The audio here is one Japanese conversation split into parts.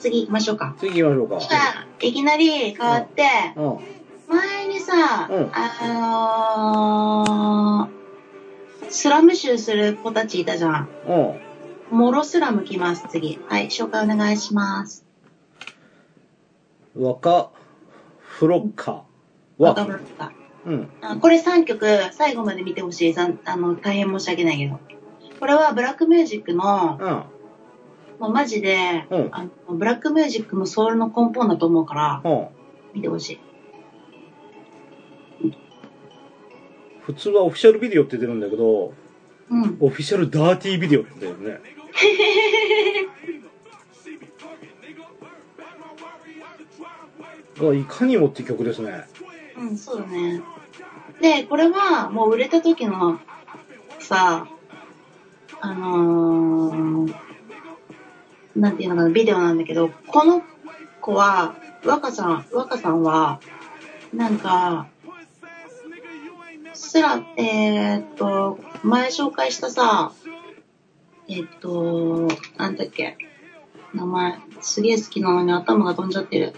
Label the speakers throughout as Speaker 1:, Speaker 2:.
Speaker 1: 次行きましょうか。
Speaker 2: 次行きましょうか。
Speaker 1: いきなり変わって、
Speaker 2: うん。
Speaker 1: 前にさ、
Speaker 2: うん
Speaker 1: あのースラム集する子たちいたじゃん。
Speaker 2: うん。
Speaker 1: モロスラム来ます、次。はい、紹介お願いします。
Speaker 2: 若、フロッカ、
Speaker 1: わ
Speaker 2: ワ
Speaker 1: かり
Speaker 2: ー
Speaker 1: ま
Speaker 2: ク。
Speaker 1: した。
Speaker 2: うん。
Speaker 1: あこれ3曲、最後まで見てほしい。ざんあの、大変申し訳ないけど。これはブラックミュージックの、
Speaker 2: うん。
Speaker 1: もうマジで、
Speaker 2: うん
Speaker 1: あのブラックミュージックのソウルの根本だと思うから、
Speaker 2: うん。
Speaker 1: 見てほしい。
Speaker 2: 普通はオフィシャルビデオって出るんだけど、
Speaker 1: うん。
Speaker 2: オフィシャルダーティービデオって出るね。がいかにもって曲ですね。
Speaker 1: うん、そうだね。で、これはもう売れた時のさ、あのー、なんていうのかな、ビデオなんだけど、この子は、若さん、若さんは、なんか、すら、えー、っと、前紹介したさ、えーっと、なんだっけ、名前、すげえ好きなのに頭が飛んじゃってる。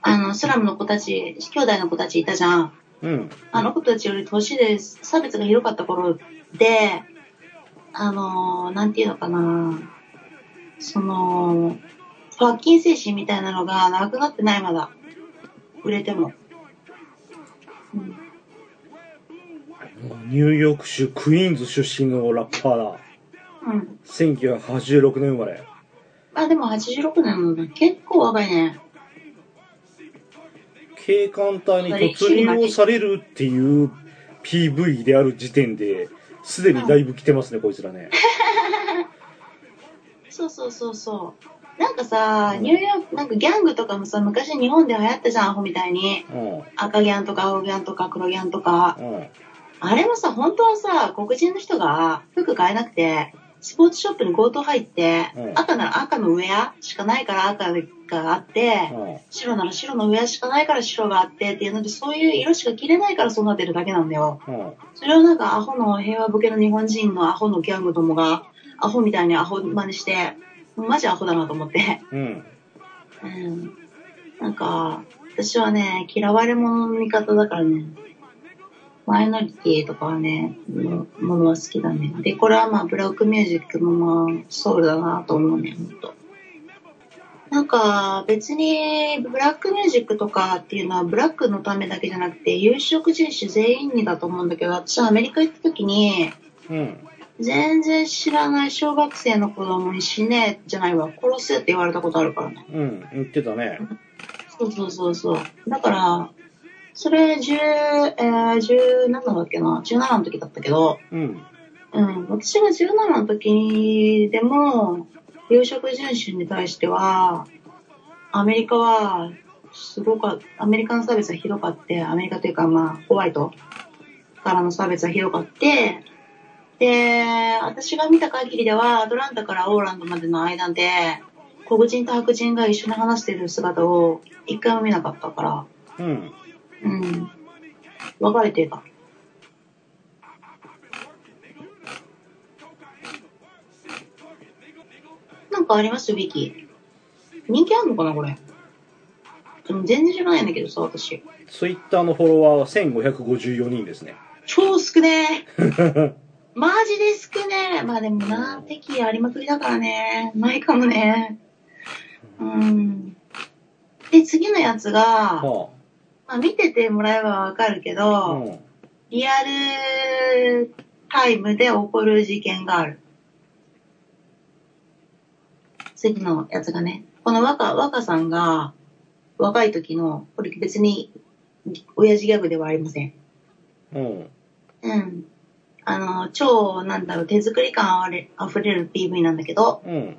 Speaker 1: あの、スラムの子たち、兄弟の子たちいたじゃん。
Speaker 2: うん。
Speaker 1: あの子たちより年で差別が広かった頃で、あのーなんていうのかな、その、ファッキン精神みたいなのがなくなってないまだ。売れても。うん
Speaker 2: ニューヨーク州クイーンズ出身のラッパーだ。
Speaker 1: うん。
Speaker 2: 1986年生まれ。
Speaker 1: まあでも86年なんだ。結構若いね。
Speaker 2: 警官隊に突入をされるっていう PV である時点で、すでにだいぶ来てますね、こいつらね。
Speaker 1: そうそうそうそう。なんかさ、
Speaker 2: うん
Speaker 1: ニューヨーク、なんかギャングとかもさ、昔日本で流行ったじゃん、アホみたいに。
Speaker 2: うん。
Speaker 1: 赤ギャンとか青ギャンとか黒ギャンとか。
Speaker 2: うん。
Speaker 1: あれもさ、本当はさ、黒人の人が服買えなくて、スポーツショップに強盗入って、
Speaker 2: うん
Speaker 1: 赤なら赤のウェアしかないから赤があって、
Speaker 2: うん。
Speaker 1: 白なら白のウェアしかないから白があってっていうので、そういう色しか着れないからそうなってるだけなんだよ。
Speaker 2: うん。
Speaker 1: それをなんかアホの平和ボケの日本人のアホのギャングどもが、アホみたいにアホ真似して、マジアホだなと思って。
Speaker 2: うん。
Speaker 1: うん。なんか、私はね、嫌われ者の味方だからね、マイノリティとかはね、のものは好きだね。で、これはまあ、ブラックミュージックもまあ、ソウルだなと思うね、ほんと。なんか、別に、ブラックミュージックとかっていうのは、ブラックのためだけじゃなくて、有色人種全員にだと思うんだけど、私はアメリカ行った時に、
Speaker 2: うん。
Speaker 1: 全然知らない小学生の子供に死ねじゃないわ、殺せって言われたことあるからね。
Speaker 2: うん。言ってたね。
Speaker 1: そうそうそうそう。だから、それ10、えー、17だっけな ?17 の時だったけど、
Speaker 2: うん。
Speaker 1: うん、私が17の時でも、有色人種に対しては、アメリカは、すごかアメリカの差別はひどかって、アメリカというかまあ、ホワイトからの差別はひどかって、で、私が見た限りでは、アトランタからオーランドまでの間で、黒人と白人が一緒に話してる姿を一回も見なかったから、
Speaker 2: うん。
Speaker 1: うん。別れてた。なんかありますウィキ。人気あんのかなこれ。でも全然知らないんだけどさ、私。
Speaker 2: ツイッターのフォロワーは1554人ですね。
Speaker 1: 超少ね え。マジで少ねえ。まあでもな、敵ありまくりだからね。ないかもね。うん。で、次のやつが、
Speaker 2: は
Speaker 1: まあ見ててもらえばわかるけど、
Speaker 2: あ。うん。
Speaker 1: リアルタイムで起こる事件がある。次のやつがね、この若、若さんが、若い時の、これ別に、親父ギャグではありません。
Speaker 2: うん。
Speaker 1: うん。あの、超、なんだろう、手作り感あれ溢れる PV なんだけど、
Speaker 2: うん。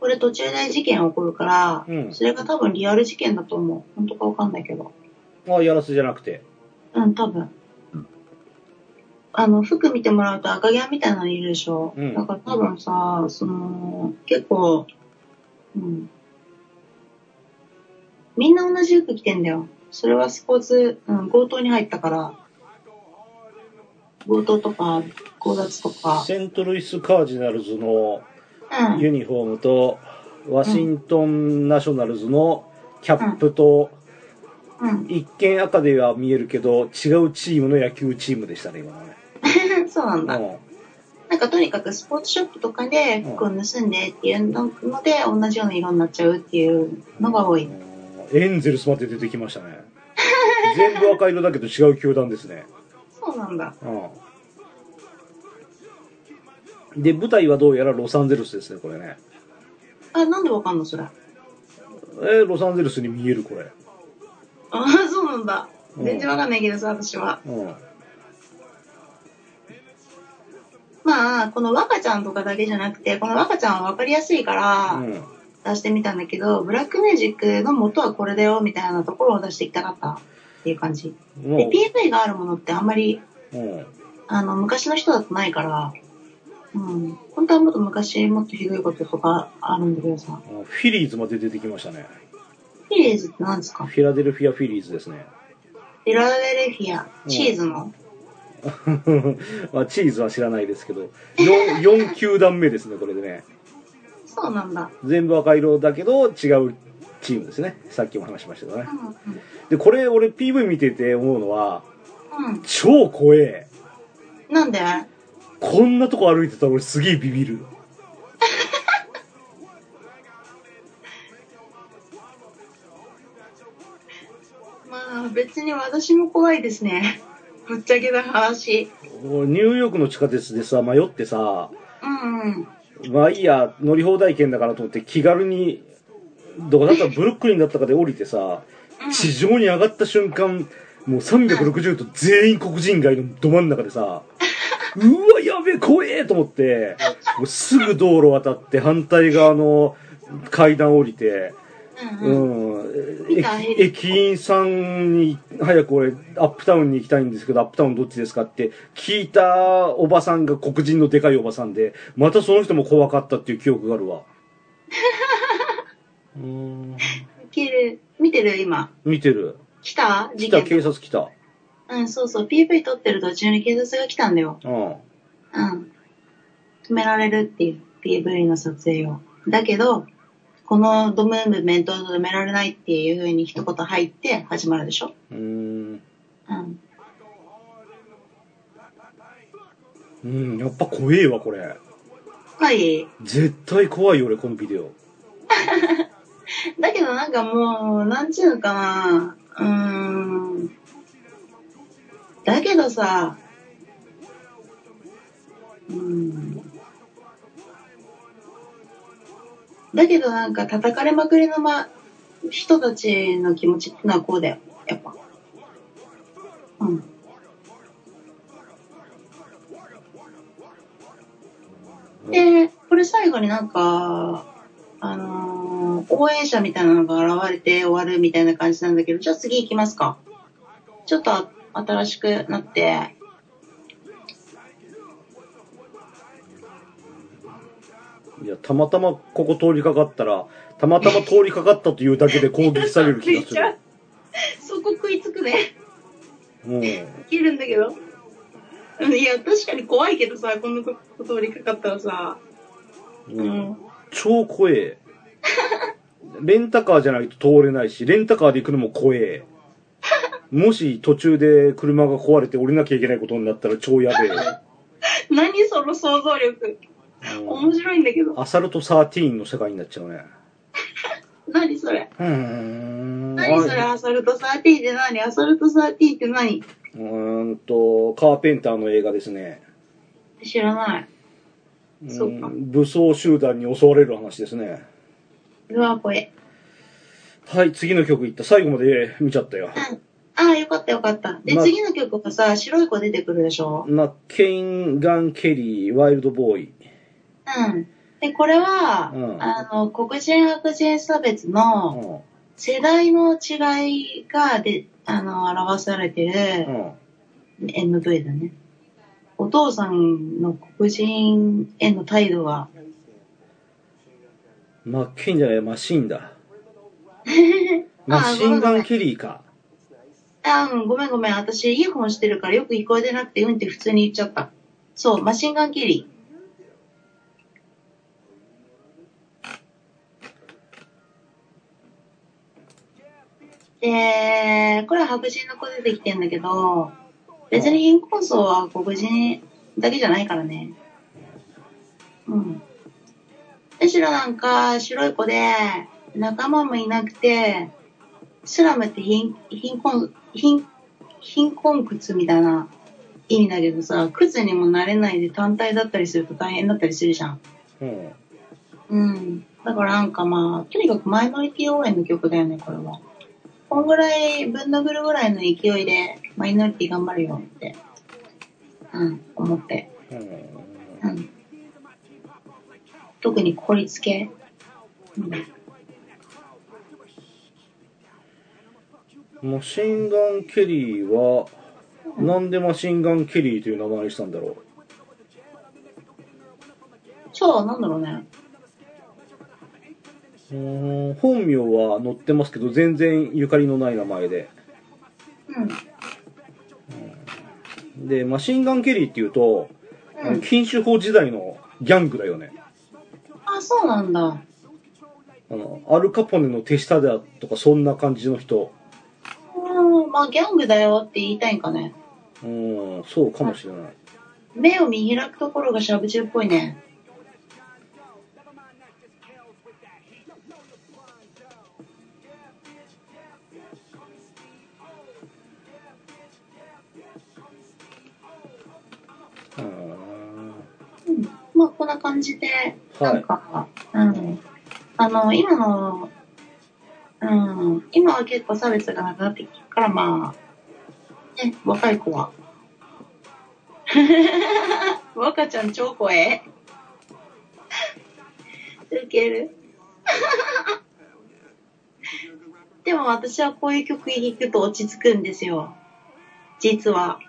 Speaker 1: これ途中で事件起こるから、
Speaker 2: うん
Speaker 1: それが多分リアル事件だと思う。本当かわかんないけど。
Speaker 2: ああ、やらせじゃなくて。
Speaker 1: うん、多分。あの、服見てもらうと赤毛みたいなのいるでしょ。
Speaker 2: うん
Speaker 1: だから多分さ、その、結構、うん。みんな同じ服着てんだよ。それはスポーツ、うん、強盗に入ったから。強盗とか、強奪とか。
Speaker 2: セントルイス・カージナルズの
Speaker 1: うん。
Speaker 2: ユニフォームと、ワシントンナショナルズのキャップと、
Speaker 1: うん。
Speaker 2: 一見赤では見えるけど、違うチームの野球チームでしたね、今のね。
Speaker 1: そうなんだ。
Speaker 2: う
Speaker 1: なんかとにかくスポーツショップとかで服を盗んでっていうので、同じような色になっちゃうっていうのが多い。
Speaker 2: ん。エンゼルスまで出てきましたね。全部赤色だけど違う球団ですね。
Speaker 1: そうなんだ。
Speaker 2: うん。で、舞台はどうやらロサンゼルスですね、これね。
Speaker 1: あ、なんでわかんのそれ。あ
Speaker 2: えーロサンゼルスに見える、これ。
Speaker 1: あ、そうなんだ。全然わかんないけどさ、私は。
Speaker 2: うん。
Speaker 1: まあ、この若ちゃんとかだけじゃなくて、この若ちゃんはわかりやすいから
Speaker 2: うん。
Speaker 1: 出してみたんだけど、ブラックミュージックの元はこれだよみたいなところを出していきたかったっていう感じ。で、
Speaker 2: も
Speaker 1: PV があるものってあんまり、
Speaker 2: う、うん。
Speaker 1: あの、昔の人だとないから、うん。本当はもっと昔、もっとひどいこととかあるんだけどさ。
Speaker 2: あのフィリーズまで出てきましたね。
Speaker 1: フィリーズって何ですか
Speaker 2: フィラデルフィア・フィリーズですね。
Speaker 1: フィラデルフィア、チーズの。
Speaker 2: まあ、チーズは知らないですけど、4, 4球団目ですね、これでね。
Speaker 1: そうなんだ。
Speaker 2: 全部赤色だけど、違うチームですね。さっきも話しましたけどね
Speaker 1: う。ん。
Speaker 2: で、これ、俺 PV 見てて思うのは、
Speaker 1: うん。うん、
Speaker 2: 超怖え。
Speaker 1: なんで
Speaker 2: こんなとこ歩いてたら俺すげえビビる。
Speaker 1: まあ、別に私も怖いですね。 ぶっちゃけな話。
Speaker 2: 俺ニューヨークの地下鉄でさ、迷ってさ、
Speaker 1: うんうん。
Speaker 2: まあいいや、乗り放題券だからと思って気軽に、どこだったらブルックリンだったかで降りてさ、地上に上がった瞬間、もう360度全員黒人街のど真ん中でさ、うわ、やべえ、怖えと思って、もうすぐ道路渡って反対側の階段降りて、
Speaker 1: うんうん。
Speaker 2: うん
Speaker 1: 見た
Speaker 2: 駅駅員さんに早く俺アップタウンに行きたいんですけどアップタウンどっちですかって聞いたおばさんが黒人のでかいおばさんでまたその人も怖かったっていう記憶があるわ うーん
Speaker 1: 切る見てる今。
Speaker 2: 見てる
Speaker 1: 来た
Speaker 2: 来
Speaker 1: 事
Speaker 2: た
Speaker 1: 件。
Speaker 2: 警察来た
Speaker 1: うん、そうそう。PV 撮ってる途中に警察が来たんだよ。
Speaker 2: うん
Speaker 1: うん。止められるっていう PV の撮影を。だけど、このドムーブメントを止められないっていう風に一言入って始まるでしょ
Speaker 2: うー
Speaker 1: う
Speaker 2: ん
Speaker 1: ん。
Speaker 2: うんやっぱ怖えわこれ
Speaker 1: はい。
Speaker 2: 絶対怖いよ俺このビデオ
Speaker 1: だけどなんかもう、なんちゅうのかな。うーん。だけどさ、うーん。だけどなんか叩かれまくりのま、人たちの気持ちってのはこうだよ。やっぱ。うん。で、これ最後になんか、あのー応援者みたいなのが現れて終わるみたいな感じなんだけど、じゃあ次行きますか。ちょっとあ新しくなって。
Speaker 2: いやたまたまここ通りかかったらたまたま通りかかったというだけで攻撃される気
Speaker 1: めっ
Speaker 2: がす る
Speaker 1: ちゃそこ食いつくね。
Speaker 2: うん
Speaker 1: いけるんだけど。うんいや、確かに怖いけどさ、こんなとこ通りかかったらさ。
Speaker 2: う
Speaker 1: うん
Speaker 2: ん、超怖えレンタカーじゃないと通れないしレンタカーで行くのも怖えもし途中で車が壊れて降りなきゃいけないことになったら超やべ
Speaker 1: 何その想像力。
Speaker 2: え、う
Speaker 1: 面
Speaker 2: ん、
Speaker 1: 白いんだけど。
Speaker 2: アサルト13の世界になっちゃうね
Speaker 1: 何それ。
Speaker 2: うーん
Speaker 1: 何それ、
Speaker 2: あ
Speaker 1: アサルト13って何アサルト13って何
Speaker 2: うーんとカーペンターの映画ですね
Speaker 1: 知らない。そうか
Speaker 2: ん武装集団に襲われる話ですね
Speaker 1: うわ、これ。
Speaker 2: はい次の曲いった最後まで見ちゃったよ
Speaker 1: うんああ、よかったよかった。で、
Speaker 2: ま
Speaker 1: 次の曲がさ、白い子出てくるでしょ
Speaker 2: マッケイン・ガン・ケリーワイルドボーイ
Speaker 1: うん。で、これは、
Speaker 2: うん
Speaker 1: あの、黒人白人差別の
Speaker 2: うん
Speaker 1: 世代の違いがで、あの、表されて
Speaker 2: う
Speaker 1: る
Speaker 2: ん
Speaker 1: MV だね。お父さんの黒人への態度が、
Speaker 2: マッケンじゃない、マシンだ。マ
Speaker 1: あ
Speaker 2: シンガンケリーか。
Speaker 1: あ、うん、ごめんごめん。私、イヤホンしてるからよく聞こえてなくて、うんって普通に言っちゃった。そう、マシンガンキリで、これは白人の子出てきてんだけど、別に貧困層は黒人だけじゃないからね。うん。むしろなんか白い子で仲間もいなくて、スラムって貧貧困、貧、貧困靴みたいな意味だけどさ、靴にもなれないで単体だったりすると大変だったりするじゃん。
Speaker 2: うん。
Speaker 1: うん。だからなんかまあ、とにかくマイノリティ応援の曲だよね、これは。こんぐらい、ぶん殴るぐらいの勢いで、マイノリティ頑張るよって、うん、思って。
Speaker 2: うん。
Speaker 1: うん。特に孤立系。うん。
Speaker 2: マシンガン・ケリーは、なんでマシンガン・ケリーという名前にしたんだろ
Speaker 1: そう、なんだろうね。
Speaker 2: う。うん本名は載ってますけど、全然ゆかりのない名前で。
Speaker 1: うん。
Speaker 2: で、マシンガン・ケリーっていうと、
Speaker 1: うん。
Speaker 2: 禁酒法時代のギャングだよね。
Speaker 1: あ、そうなんだ。
Speaker 2: あの、アルカポネの手下だとか、そんな感じの人。
Speaker 1: うん、まあ、ギャングだよって言いたいんかね。
Speaker 2: うん、そうかもしれない。
Speaker 1: 目を見開くところがしゃぶ中っぽいね。
Speaker 2: うん。
Speaker 1: うんまあ、こんな感じで、なんか、うん。あの、今の、うん、今は結構差別がなくなってきてから、まあ、ね、若い子は。 若ちゃん超怖え。ウケる。 でも私はこういう曲弾くと落ち着くんですよ。実は。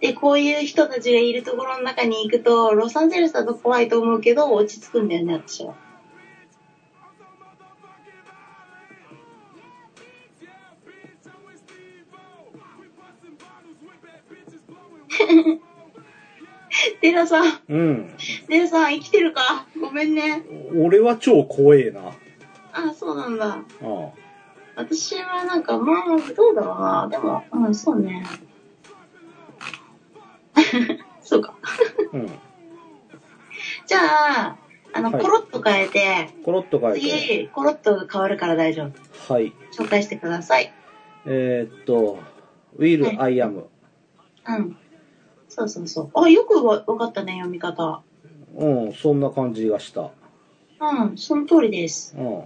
Speaker 1: で、こういう人たちがいるところの中に行くと、ロサンゼルスだと怖いと思うけど、落ち着くんだよね、私は。 デラさん、
Speaker 2: うん。
Speaker 1: デラさん生きてるかごめんね。
Speaker 2: 俺は超怖えな。あ
Speaker 1: あ、そうなんだ。
Speaker 2: あ
Speaker 1: 私はなんか、まあ、どうだろうな。でも、うん、そうね。 そうか。
Speaker 2: うん。
Speaker 1: じゃあ、あの、
Speaker 2: はい
Speaker 1: コロッと変えて、
Speaker 2: コロッと書いて。
Speaker 1: 次、コロッと変わるから大丈夫。
Speaker 2: はい。
Speaker 1: 紹介してください。
Speaker 2: えーっと、Will I am。
Speaker 1: うん。そうそうそう。あ、よくわわかったね、読み方。
Speaker 2: うん、そんな感じがした。
Speaker 1: うん、その通りです。
Speaker 2: うん。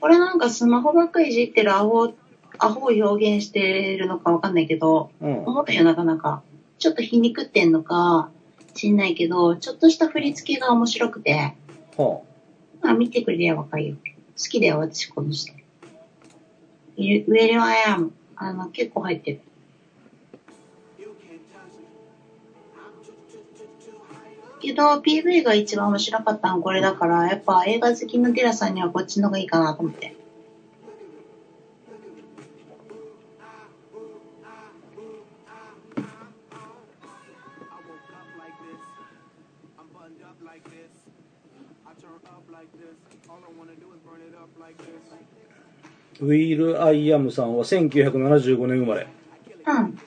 Speaker 1: これなんかスマホばっかりいじってるアホ、アホを表現してるのかわかんないけど、
Speaker 2: うん。
Speaker 1: 思ったよ、なかなか。ちょっと皮肉ってんのか、知んないけど、ちょっとした振り付けが面白くて、
Speaker 2: は
Speaker 1: まあ見てくれりゃわかるよ。好きだよ、私、この人。いるウェルアイアム。あの、結構入ってる。けど、PV が一番面白かったのはこれだから、やっぱ映画好きのテラさんにはこっちの方がいいかなと思って。
Speaker 2: あ。Will I am さんは1975年生まれ。
Speaker 1: うん。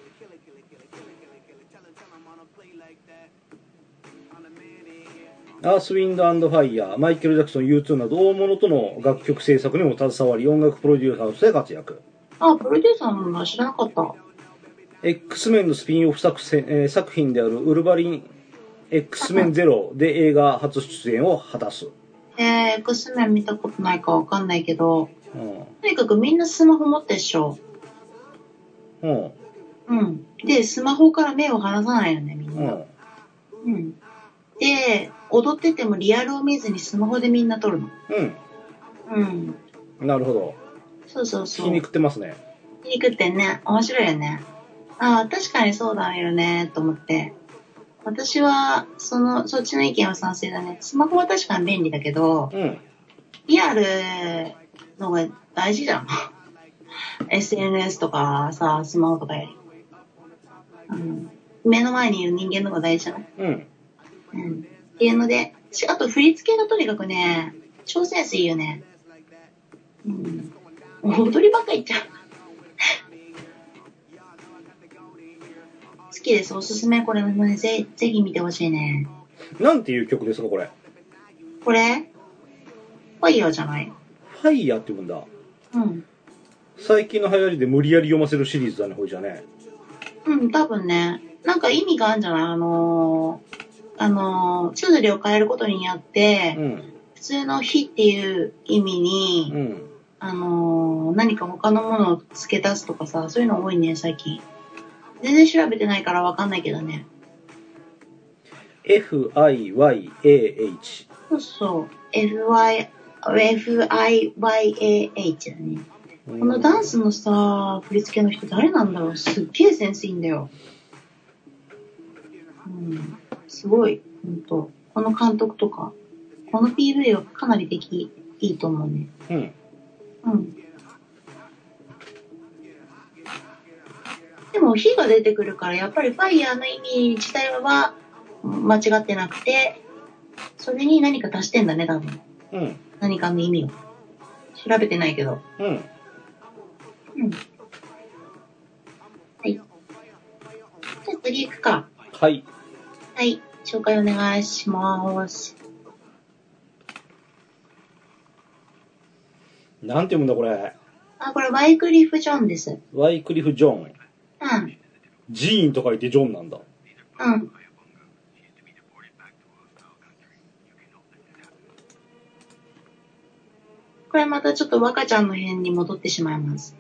Speaker 2: アースウィンドアンドファイヤー、マイケル・ジャクソン U2 など大物との楽曲制作にも携わり、音楽プロデューサーとして活躍。
Speaker 1: あ、プロデューサーなんだ。知らなかった。
Speaker 2: X メンのスピンオフ作戦、えー作品であるウルヴァリン X メンゼロで映画初出演を果たす。
Speaker 1: えー、X メン見たことないかわかんないけど、
Speaker 2: うん。
Speaker 1: とにかくみんなスマホ持ってっしょ。
Speaker 2: うん。
Speaker 1: うん。で、スマホから目を離さないよね、みん
Speaker 2: う
Speaker 1: な。
Speaker 2: ん。
Speaker 1: うん。で、踊っててもリアルを見ずにスマホでみんな撮るの。うん。
Speaker 2: うん。なるほど。
Speaker 1: そうそうそう。
Speaker 2: 皮肉ってますね。
Speaker 1: 皮肉ってね、面白いよね。ああ、確かにそうだよね、と思って。私は、その、そっちの意見は賛成だね。スマホは確かに便利だけど、
Speaker 2: うん。
Speaker 1: リアルのが大事じゃん。SNS とかさ、スマホとかより。うん。目の前にいる人間の方が大事じゃない
Speaker 2: うん。
Speaker 1: うんっていうので、しあと振り付けがとにかくね、超センスいいよね。うん。踊りばっか行っちゃう。好きです。おすすめ。これもね、ぜ、ぜひ見てほしいね。
Speaker 2: なんていう曲ですか、これ。
Speaker 1: これファイヤーじゃない
Speaker 2: ファイヤーって言うんだ。
Speaker 1: うん。
Speaker 2: 最近の流行りで無理やり読ませるシリーズだね、ほいじゃね。
Speaker 1: うん、多分ね。なんか意味があるんじゃないあのー、あのー、綴りを変えることによって、
Speaker 2: うん。
Speaker 1: 普通の日っていう意味に、
Speaker 2: うん。
Speaker 1: あのー何か他のものを付け足すとかさ、そういうの多いね、最近。全然調べてないからわかんないけどね。
Speaker 2: F-I-Y-A-H。
Speaker 1: そうそう。FY、FIYAH だね。
Speaker 2: こ
Speaker 1: このダンスのさ、振り付けの人誰なんだろうすっげえセンスいいんだよ。うん。すごい。ほんと。この監督とか。この PV はかなりでき、いいと思うね。
Speaker 2: うん。
Speaker 1: うん。でも火が出てくるからやっぱりファイヤーの意味自体は間違ってなくてそれに何か足してんだね多分
Speaker 2: うん。
Speaker 1: 何かの意味を調べてないけど
Speaker 2: うん。
Speaker 1: うんはいじゃあ次行くか
Speaker 2: はい。
Speaker 1: はい紹介お願いします
Speaker 2: なんて読むんだ、これ。
Speaker 1: あこれワイクリフ・ジョンですうん
Speaker 2: ワイクリフ・ジョン。
Speaker 1: う
Speaker 2: ジーンと書いてジョンなんだ。
Speaker 1: んこれまたちょっと若ちゃんの辺に戻ってしまいます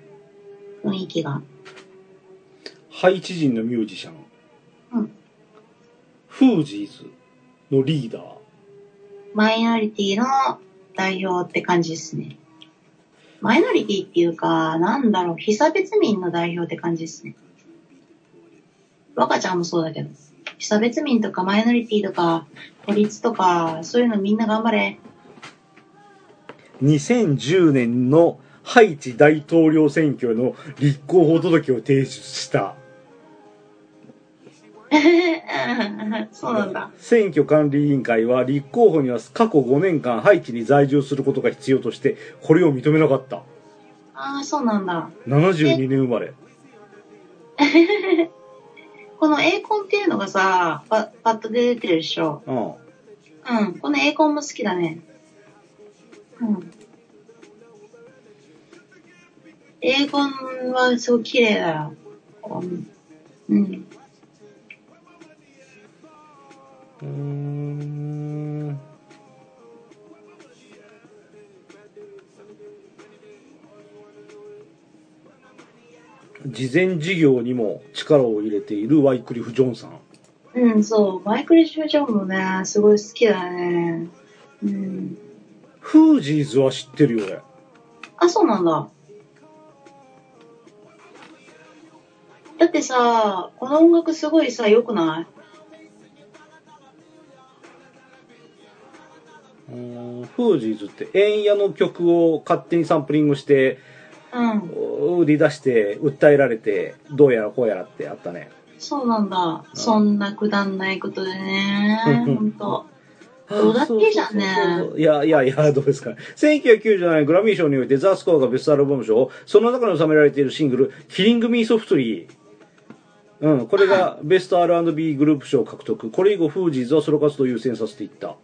Speaker 1: 雰囲気が
Speaker 2: ハイチ人のミュージシャン。
Speaker 1: うん
Speaker 2: フージーズのリーダー。
Speaker 1: マイノリティの代表って感じですね。マイノリティっていうか、なんだろう、被差別民の代表って感じですね。若ちゃんもそうだけど、被差別民とかマイノリティとか、孤立とか、そういうのみんな頑張れ。
Speaker 2: 2010年のハイチ大統領選挙への立候補届を提出した。
Speaker 1: そうなんだ。
Speaker 2: 選挙管理委員会は立候補には過去5年間ハイチに在住することが必要としてこれを認めなかった
Speaker 1: ああ、そうなんだ。
Speaker 2: 72年生まれ
Speaker 1: このエイコンっていうのがさ、パパッと出てるでしょ。
Speaker 2: うん
Speaker 1: うん、このエイコンも好きだね。うん。エイコンはすごい綺麗だよ。うん。うん。
Speaker 2: うーん事前事業にも力を入れているワイクリフ・ジョンさん
Speaker 1: うん、そう。マイクリッシュジョンもね、すごい好きだね。うん。
Speaker 2: フージーズは知ってるよ俺
Speaker 1: あ、そうなんだ。だってさ、この音楽すごいさ、良くないう
Speaker 2: ーんフージーズって円屋の曲を勝手にサンプリングして
Speaker 1: うん。
Speaker 2: 売り出して訴えられてどうやらこうやらってあったね
Speaker 1: そうなんだ。
Speaker 2: ん
Speaker 1: そんなくだんないことでね。
Speaker 2: うん
Speaker 1: ほんと。どうだってじゃんね
Speaker 2: いやいやいや、どうですかね。1997年グラミー賞においてザ・スコアがベストアルバム賞、その中に収められているシングル、キリング・ミー・ソフトリー。うん、これがベスト R&B グループ賞を獲得。これ以後、フージーズはソロ活動を優先させていった。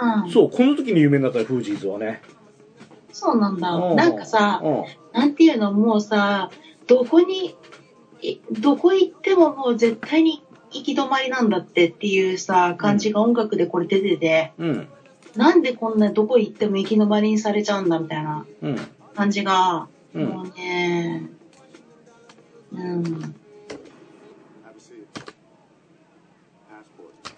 Speaker 1: うん。
Speaker 2: そう、この時に有名になったねフージーズはね。
Speaker 1: そうなんだ。
Speaker 2: う
Speaker 1: なんかさ、
Speaker 2: うん
Speaker 1: なんていうの、もうさ、どこに、いどこ行ってももう絶対に行き止まりなんだってっていうさ、感じが音楽でこれ出てて、
Speaker 2: うん、
Speaker 1: なんでこんなどこ行っても行き止まりにされちゃうんだみたいな
Speaker 2: うん、
Speaker 1: 感じが、
Speaker 2: うん
Speaker 1: もうね、うん。
Speaker 3: Have a seat. Passport.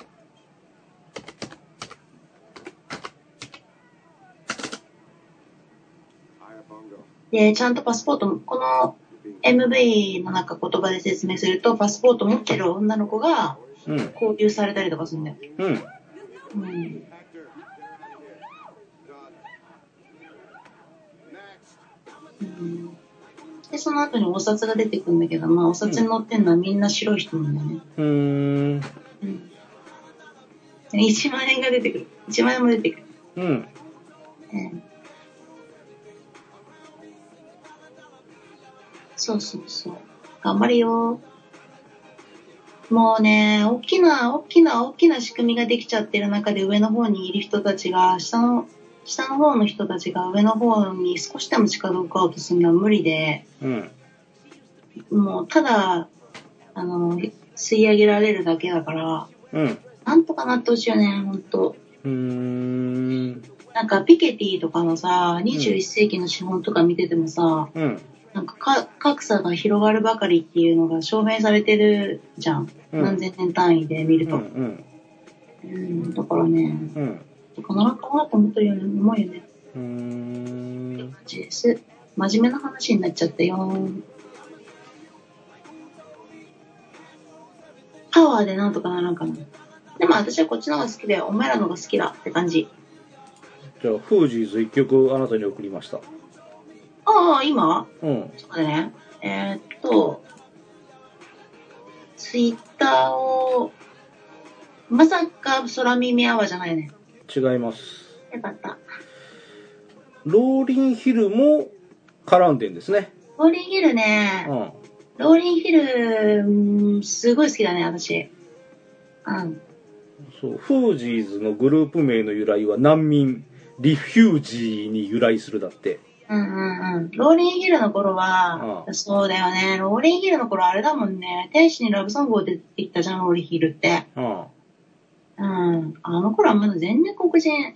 Speaker 1: で、ちゃんとパスポートも、この MV の中言葉で説明すると、パスポート持ってる女の子が
Speaker 2: うん、
Speaker 1: 交流されたりとかするんだよ。
Speaker 2: うん。
Speaker 1: うん。うんで、その後にお札が出てくるんだけど、まあ、お札に載ってんのはみんな白い人なんだよね。
Speaker 2: うーん、
Speaker 1: うん。1万円が出てくる。1万円も出てくる。
Speaker 2: うん。
Speaker 1: うん。そうそうそう。頑張れよ。もうね、大きな、大きな、大きな仕組みができちゃってる中で上の方にいる人たちが、下の、下の方の人たちが上の方に少しでも近づこうとするのは無理で、
Speaker 2: うん。
Speaker 1: もうただ、あの、吸い上げられるだけだから、
Speaker 2: うん。う
Speaker 1: なんとかなってほしいよね、ほんと。
Speaker 2: ーん。
Speaker 1: なんか、ピケティとかのさ、21世紀の資本とか見ててもさ、
Speaker 2: うん。
Speaker 1: なんかか格差が広がるばかりっていうのが証明されてるじゃん、
Speaker 2: うん
Speaker 1: 何千年単位で見る
Speaker 2: うん。う
Speaker 1: と、
Speaker 2: ん。
Speaker 1: うんだからね
Speaker 2: うん。
Speaker 1: 必ずなかなと思ってるよね思うよね
Speaker 2: うーん。
Speaker 1: 感じです真面目な話になっちゃったよパワーでなんとかならんかなでも私はこっちの方が好きだよお前らの方が好きだって感じ
Speaker 2: じゃあ、フージーズ一曲あなたに送りました。
Speaker 1: ああ今
Speaker 2: うん。
Speaker 1: そうだね。えーっと、ツイッターを、まさか空耳アワーじゃないね。
Speaker 2: 違います。
Speaker 1: よかった。
Speaker 2: ローリンヒルも絡んでんですね。
Speaker 1: ローリンヒルね、
Speaker 2: うん。
Speaker 1: ローリンヒル、うんすごい好きだね、私。うん。
Speaker 2: そう。フージーズのグループ名の由来は難民、リフュージーに由来するだって。
Speaker 1: うんうんうん。ローリンヒルの頃は、
Speaker 2: う
Speaker 1: そうだよね。ローリンヒルの頃あれだもんね。天使にラブソングを出てきたじゃん、ローリンヒルって。
Speaker 2: う
Speaker 1: う
Speaker 2: ん。
Speaker 1: ん。あの頃はまだ全然黒人。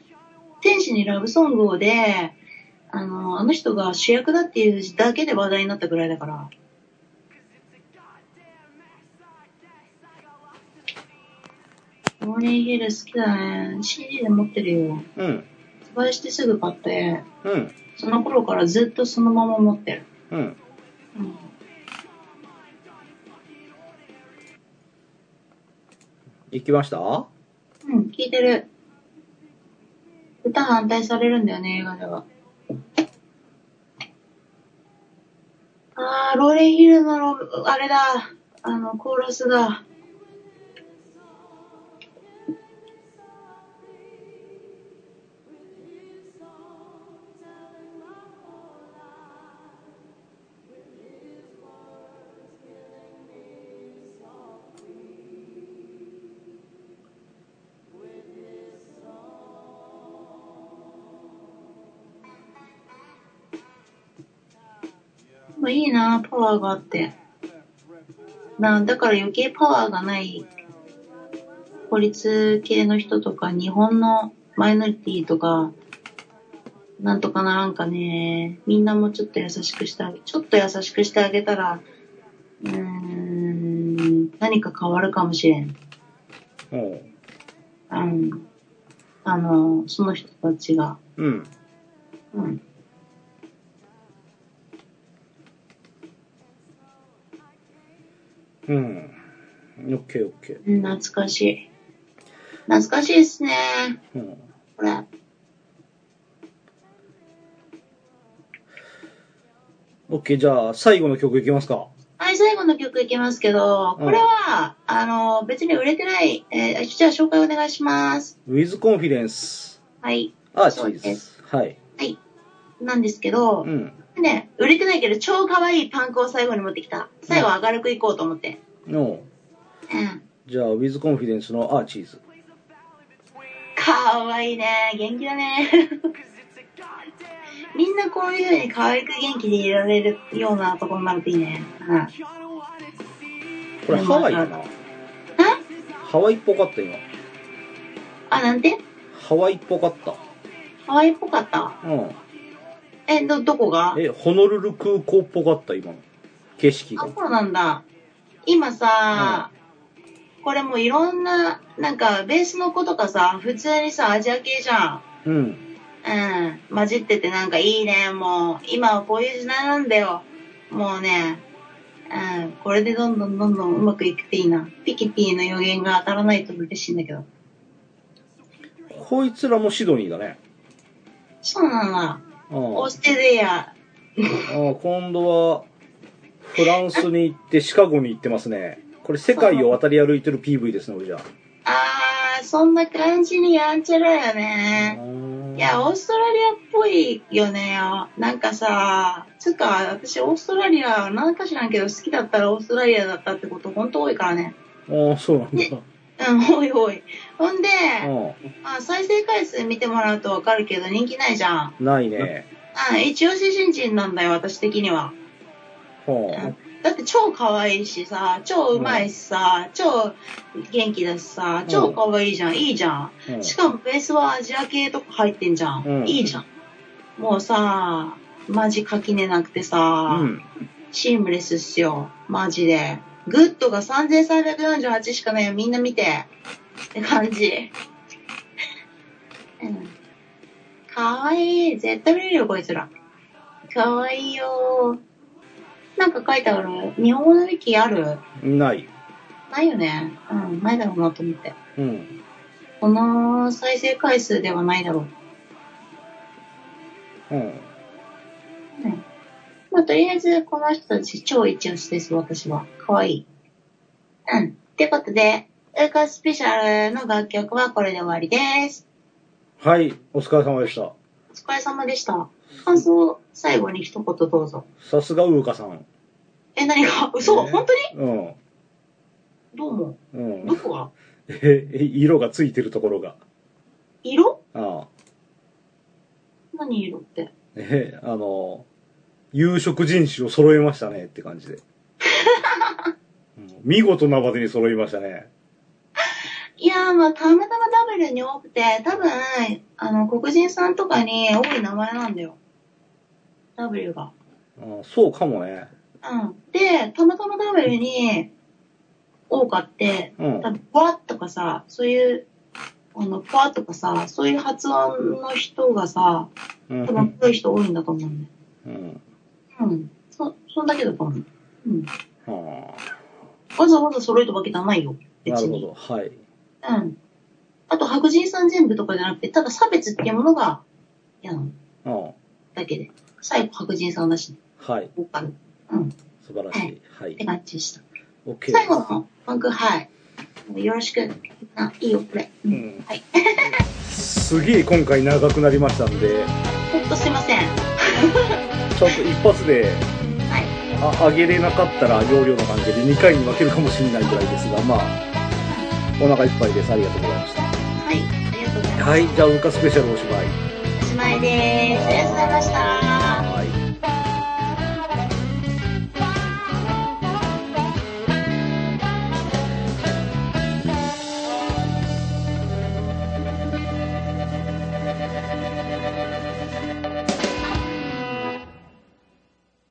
Speaker 1: 天使にラブソングをで、あの、あの人が主役だっていうだけで話題になったぐらいだから。ローリンヒル好きだね。CD で持ってるよ。
Speaker 2: うん。
Speaker 1: 発売してすぐ買って、
Speaker 2: うん。
Speaker 1: その頃からずっとそのまま持ってる。
Speaker 2: うん。
Speaker 1: うん。
Speaker 2: 行きました
Speaker 1: うん、聞いてる。歌反対されるんだよね、映画では。あー、ローレンヒルのロ、あれだ、あの、コーラスだ。でもいいな、パワーがあって。なだから余計パワーがない、法律系の人とか、日本のマイノリティとか、なんとかならんかね、みんなもうちょっと優しくしてあげ、ちょっと優しくしてあげたら、うーん、何か変わるかもしれん。
Speaker 2: うん。
Speaker 1: うん。あの、その人たちが。
Speaker 2: うん。
Speaker 1: うん。
Speaker 2: うん。オッケーオッケ
Speaker 1: うん懐かしい。懐かしいですね。
Speaker 2: ー。うん。
Speaker 1: これ。
Speaker 2: オッケー、じゃあ、最後の曲いきますか。
Speaker 1: はい、最後の曲いきますけど、これは、あの、別に売れてない、えーじゃあ紹介お願いします。
Speaker 2: ウィズコンフィデンス、
Speaker 1: はい。
Speaker 2: アーチ
Speaker 1: そう
Speaker 2: ー
Speaker 1: で
Speaker 2: ズ。はい。
Speaker 1: なんですけど
Speaker 2: う、ん。
Speaker 1: ね、売れてないけど超可愛いパンクを最後に持ってきた。最後明るくいこうと思って。
Speaker 2: の、
Speaker 1: うん。
Speaker 2: じゃあ、ウィズコンフィデンスのアーチーズ。
Speaker 1: 可愛いね。元気だね。 みんなこういう風に可愛く元気でいられるようなとこになるといいね。うん。え
Speaker 2: これ、ハワイかなハワイっぽかった、今。
Speaker 1: あ、なんて
Speaker 2: ハワイっぽかった。
Speaker 1: 可愛いっぽかった。
Speaker 2: うん。
Speaker 1: え、ど、どこが
Speaker 2: え、ホノルル空港っぽかった、今の。景色
Speaker 1: あ、
Speaker 2: が。
Speaker 1: そうなんだ。今さ、これもういろんな、なんかベースの子とかさ、普通にさ、アジア系じゃん。
Speaker 2: うん。
Speaker 1: うん。混じっててなんかいいね、もう。今はこういう時代なんだよ。もうね。うん。これでどんどんどんどんうまくいくっていいな。ピキピーの予言が当たらないと嬉しいんだけど。
Speaker 2: こいつらもシドニーだね。
Speaker 1: そうなんだ。
Speaker 2: うん。
Speaker 1: オー
Speaker 2: あ
Speaker 1: ステリア。
Speaker 2: 今度は、フランスに行って、シカゴに行ってますね。これ、世界を渡り歩いてる PV ですね、俺じゃあ。
Speaker 1: あー、そんな感じにやんちゃだよね。
Speaker 2: うーん
Speaker 1: いや、オーストラリアっぽいよね。なんかさ、つうか、私、オーストラリア、なんか知らんけど、好きだったらオーストラリアだったってこと、ほんと多いからね。
Speaker 2: ああ、そうなんだ。
Speaker 1: うん、多い多い。ほんで、
Speaker 2: う
Speaker 1: まあ、再生回数見てもらうとわかるけど、人気ないじゃん。
Speaker 2: ん。ないね。
Speaker 1: うん、一押し新人なんだよ、私的には。
Speaker 2: は
Speaker 1: だって超可愛いしさ、超うまいしさ、超元気だしさ、超可愛いじゃん、いいじゃん。
Speaker 2: あ。うん
Speaker 1: しかもベースはアジア系とか入ってんじゃん。
Speaker 2: うん
Speaker 1: いいじゃん。もうさ、マジ垣根なくてさ、
Speaker 2: うん。
Speaker 1: シームレスっすよ。マジで。グッドが3348しかないよ。みんな見て。って感じ。 うん。かわいい。絶対見れるよ、こいつら。かわいいよ。なんか書いてある日本語のウィキある
Speaker 2: ない。
Speaker 1: ないよね。うん、ないだろうなと思って。
Speaker 2: うん。
Speaker 1: この再生回数ではないだろう。
Speaker 2: うん。
Speaker 1: まあ、とりあえず、この人たち超一押しです、私は。かわいい。うん。ってことで、ウーカスペシャルの楽曲はこれで終わりです。
Speaker 2: はい、お疲れ様でした。
Speaker 1: お疲れ様でした。感想、最後に一言どうぞ。
Speaker 2: さすがウーカさん。
Speaker 1: え、何が嘘、
Speaker 2: えー
Speaker 1: 本当に
Speaker 2: うん。
Speaker 1: どうも。
Speaker 2: う
Speaker 1: ど
Speaker 2: ん。
Speaker 1: こが
Speaker 2: え、え色がついてるところが。
Speaker 1: 色
Speaker 2: ああ。
Speaker 1: 何色って。
Speaker 2: え、あの、有色人種を揃えましたねって感じで。うん見事なまでに揃いましたね。
Speaker 1: いやー、まあ、たまたまダブルに多くて、多分、あの、黒人さんとかに多い名前なんだよ。W が。
Speaker 2: ああそうかもね。
Speaker 1: うん。で、たまたまダブルに多かって、
Speaker 2: うん。
Speaker 1: 多分ポワッとかさ、そういう、あの、ポワッとかさ、そういう発音の人がさ、
Speaker 2: う
Speaker 1: 多分
Speaker 2: ん。
Speaker 1: 黒い人多いんだと思うんだよ。
Speaker 2: うん。
Speaker 1: うん。そ、そんだけだと思う。うん。
Speaker 2: は
Speaker 1: わざわざ揃えたわけじゃないよ。
Speaker 2: あ。な
Speaker 1: 別
Speaker 2: るほ
Speaker 1: に。
Speaker 2: ど。はい。
Speaker 1: うん。あと、白人さん全部とかじゃなくて、ただ差別っていうものが嫌なの。
Speaker 2: ああ
Speaker 1: だけで。最後、白人さんだし、
Speaker 2: はい。
Speaker 1: ボーカル。うん。っ
Speaker 2: 素晴らしい。はい
Speaker 1: て。感じでした。
Speaker 2: OK。
Speaker 1: 最後の文句、はい。よろしく。あ、いいよ、これ。う。
Speaker 2: うんん。
Speaker 1: はい。
Speaker 2: すげえ今回長くなりましたんで、
Speaker 1: ほんとすいません。
Speaker 2: ちゃんと一発で、
Speaker 1: はい。
Speaker 2: あ上げれなかったら容量の関係で2回に分けるかもしれないぐらいですが、まあ、お腹いっぱいです。ありがとうございました。
Speaker 1: はい、ありがとうございま
Speaker 2: はい、じゃあ、ウカスペシャルおしまい。
Speaker 1: す。おしまいです。ありがとうございました。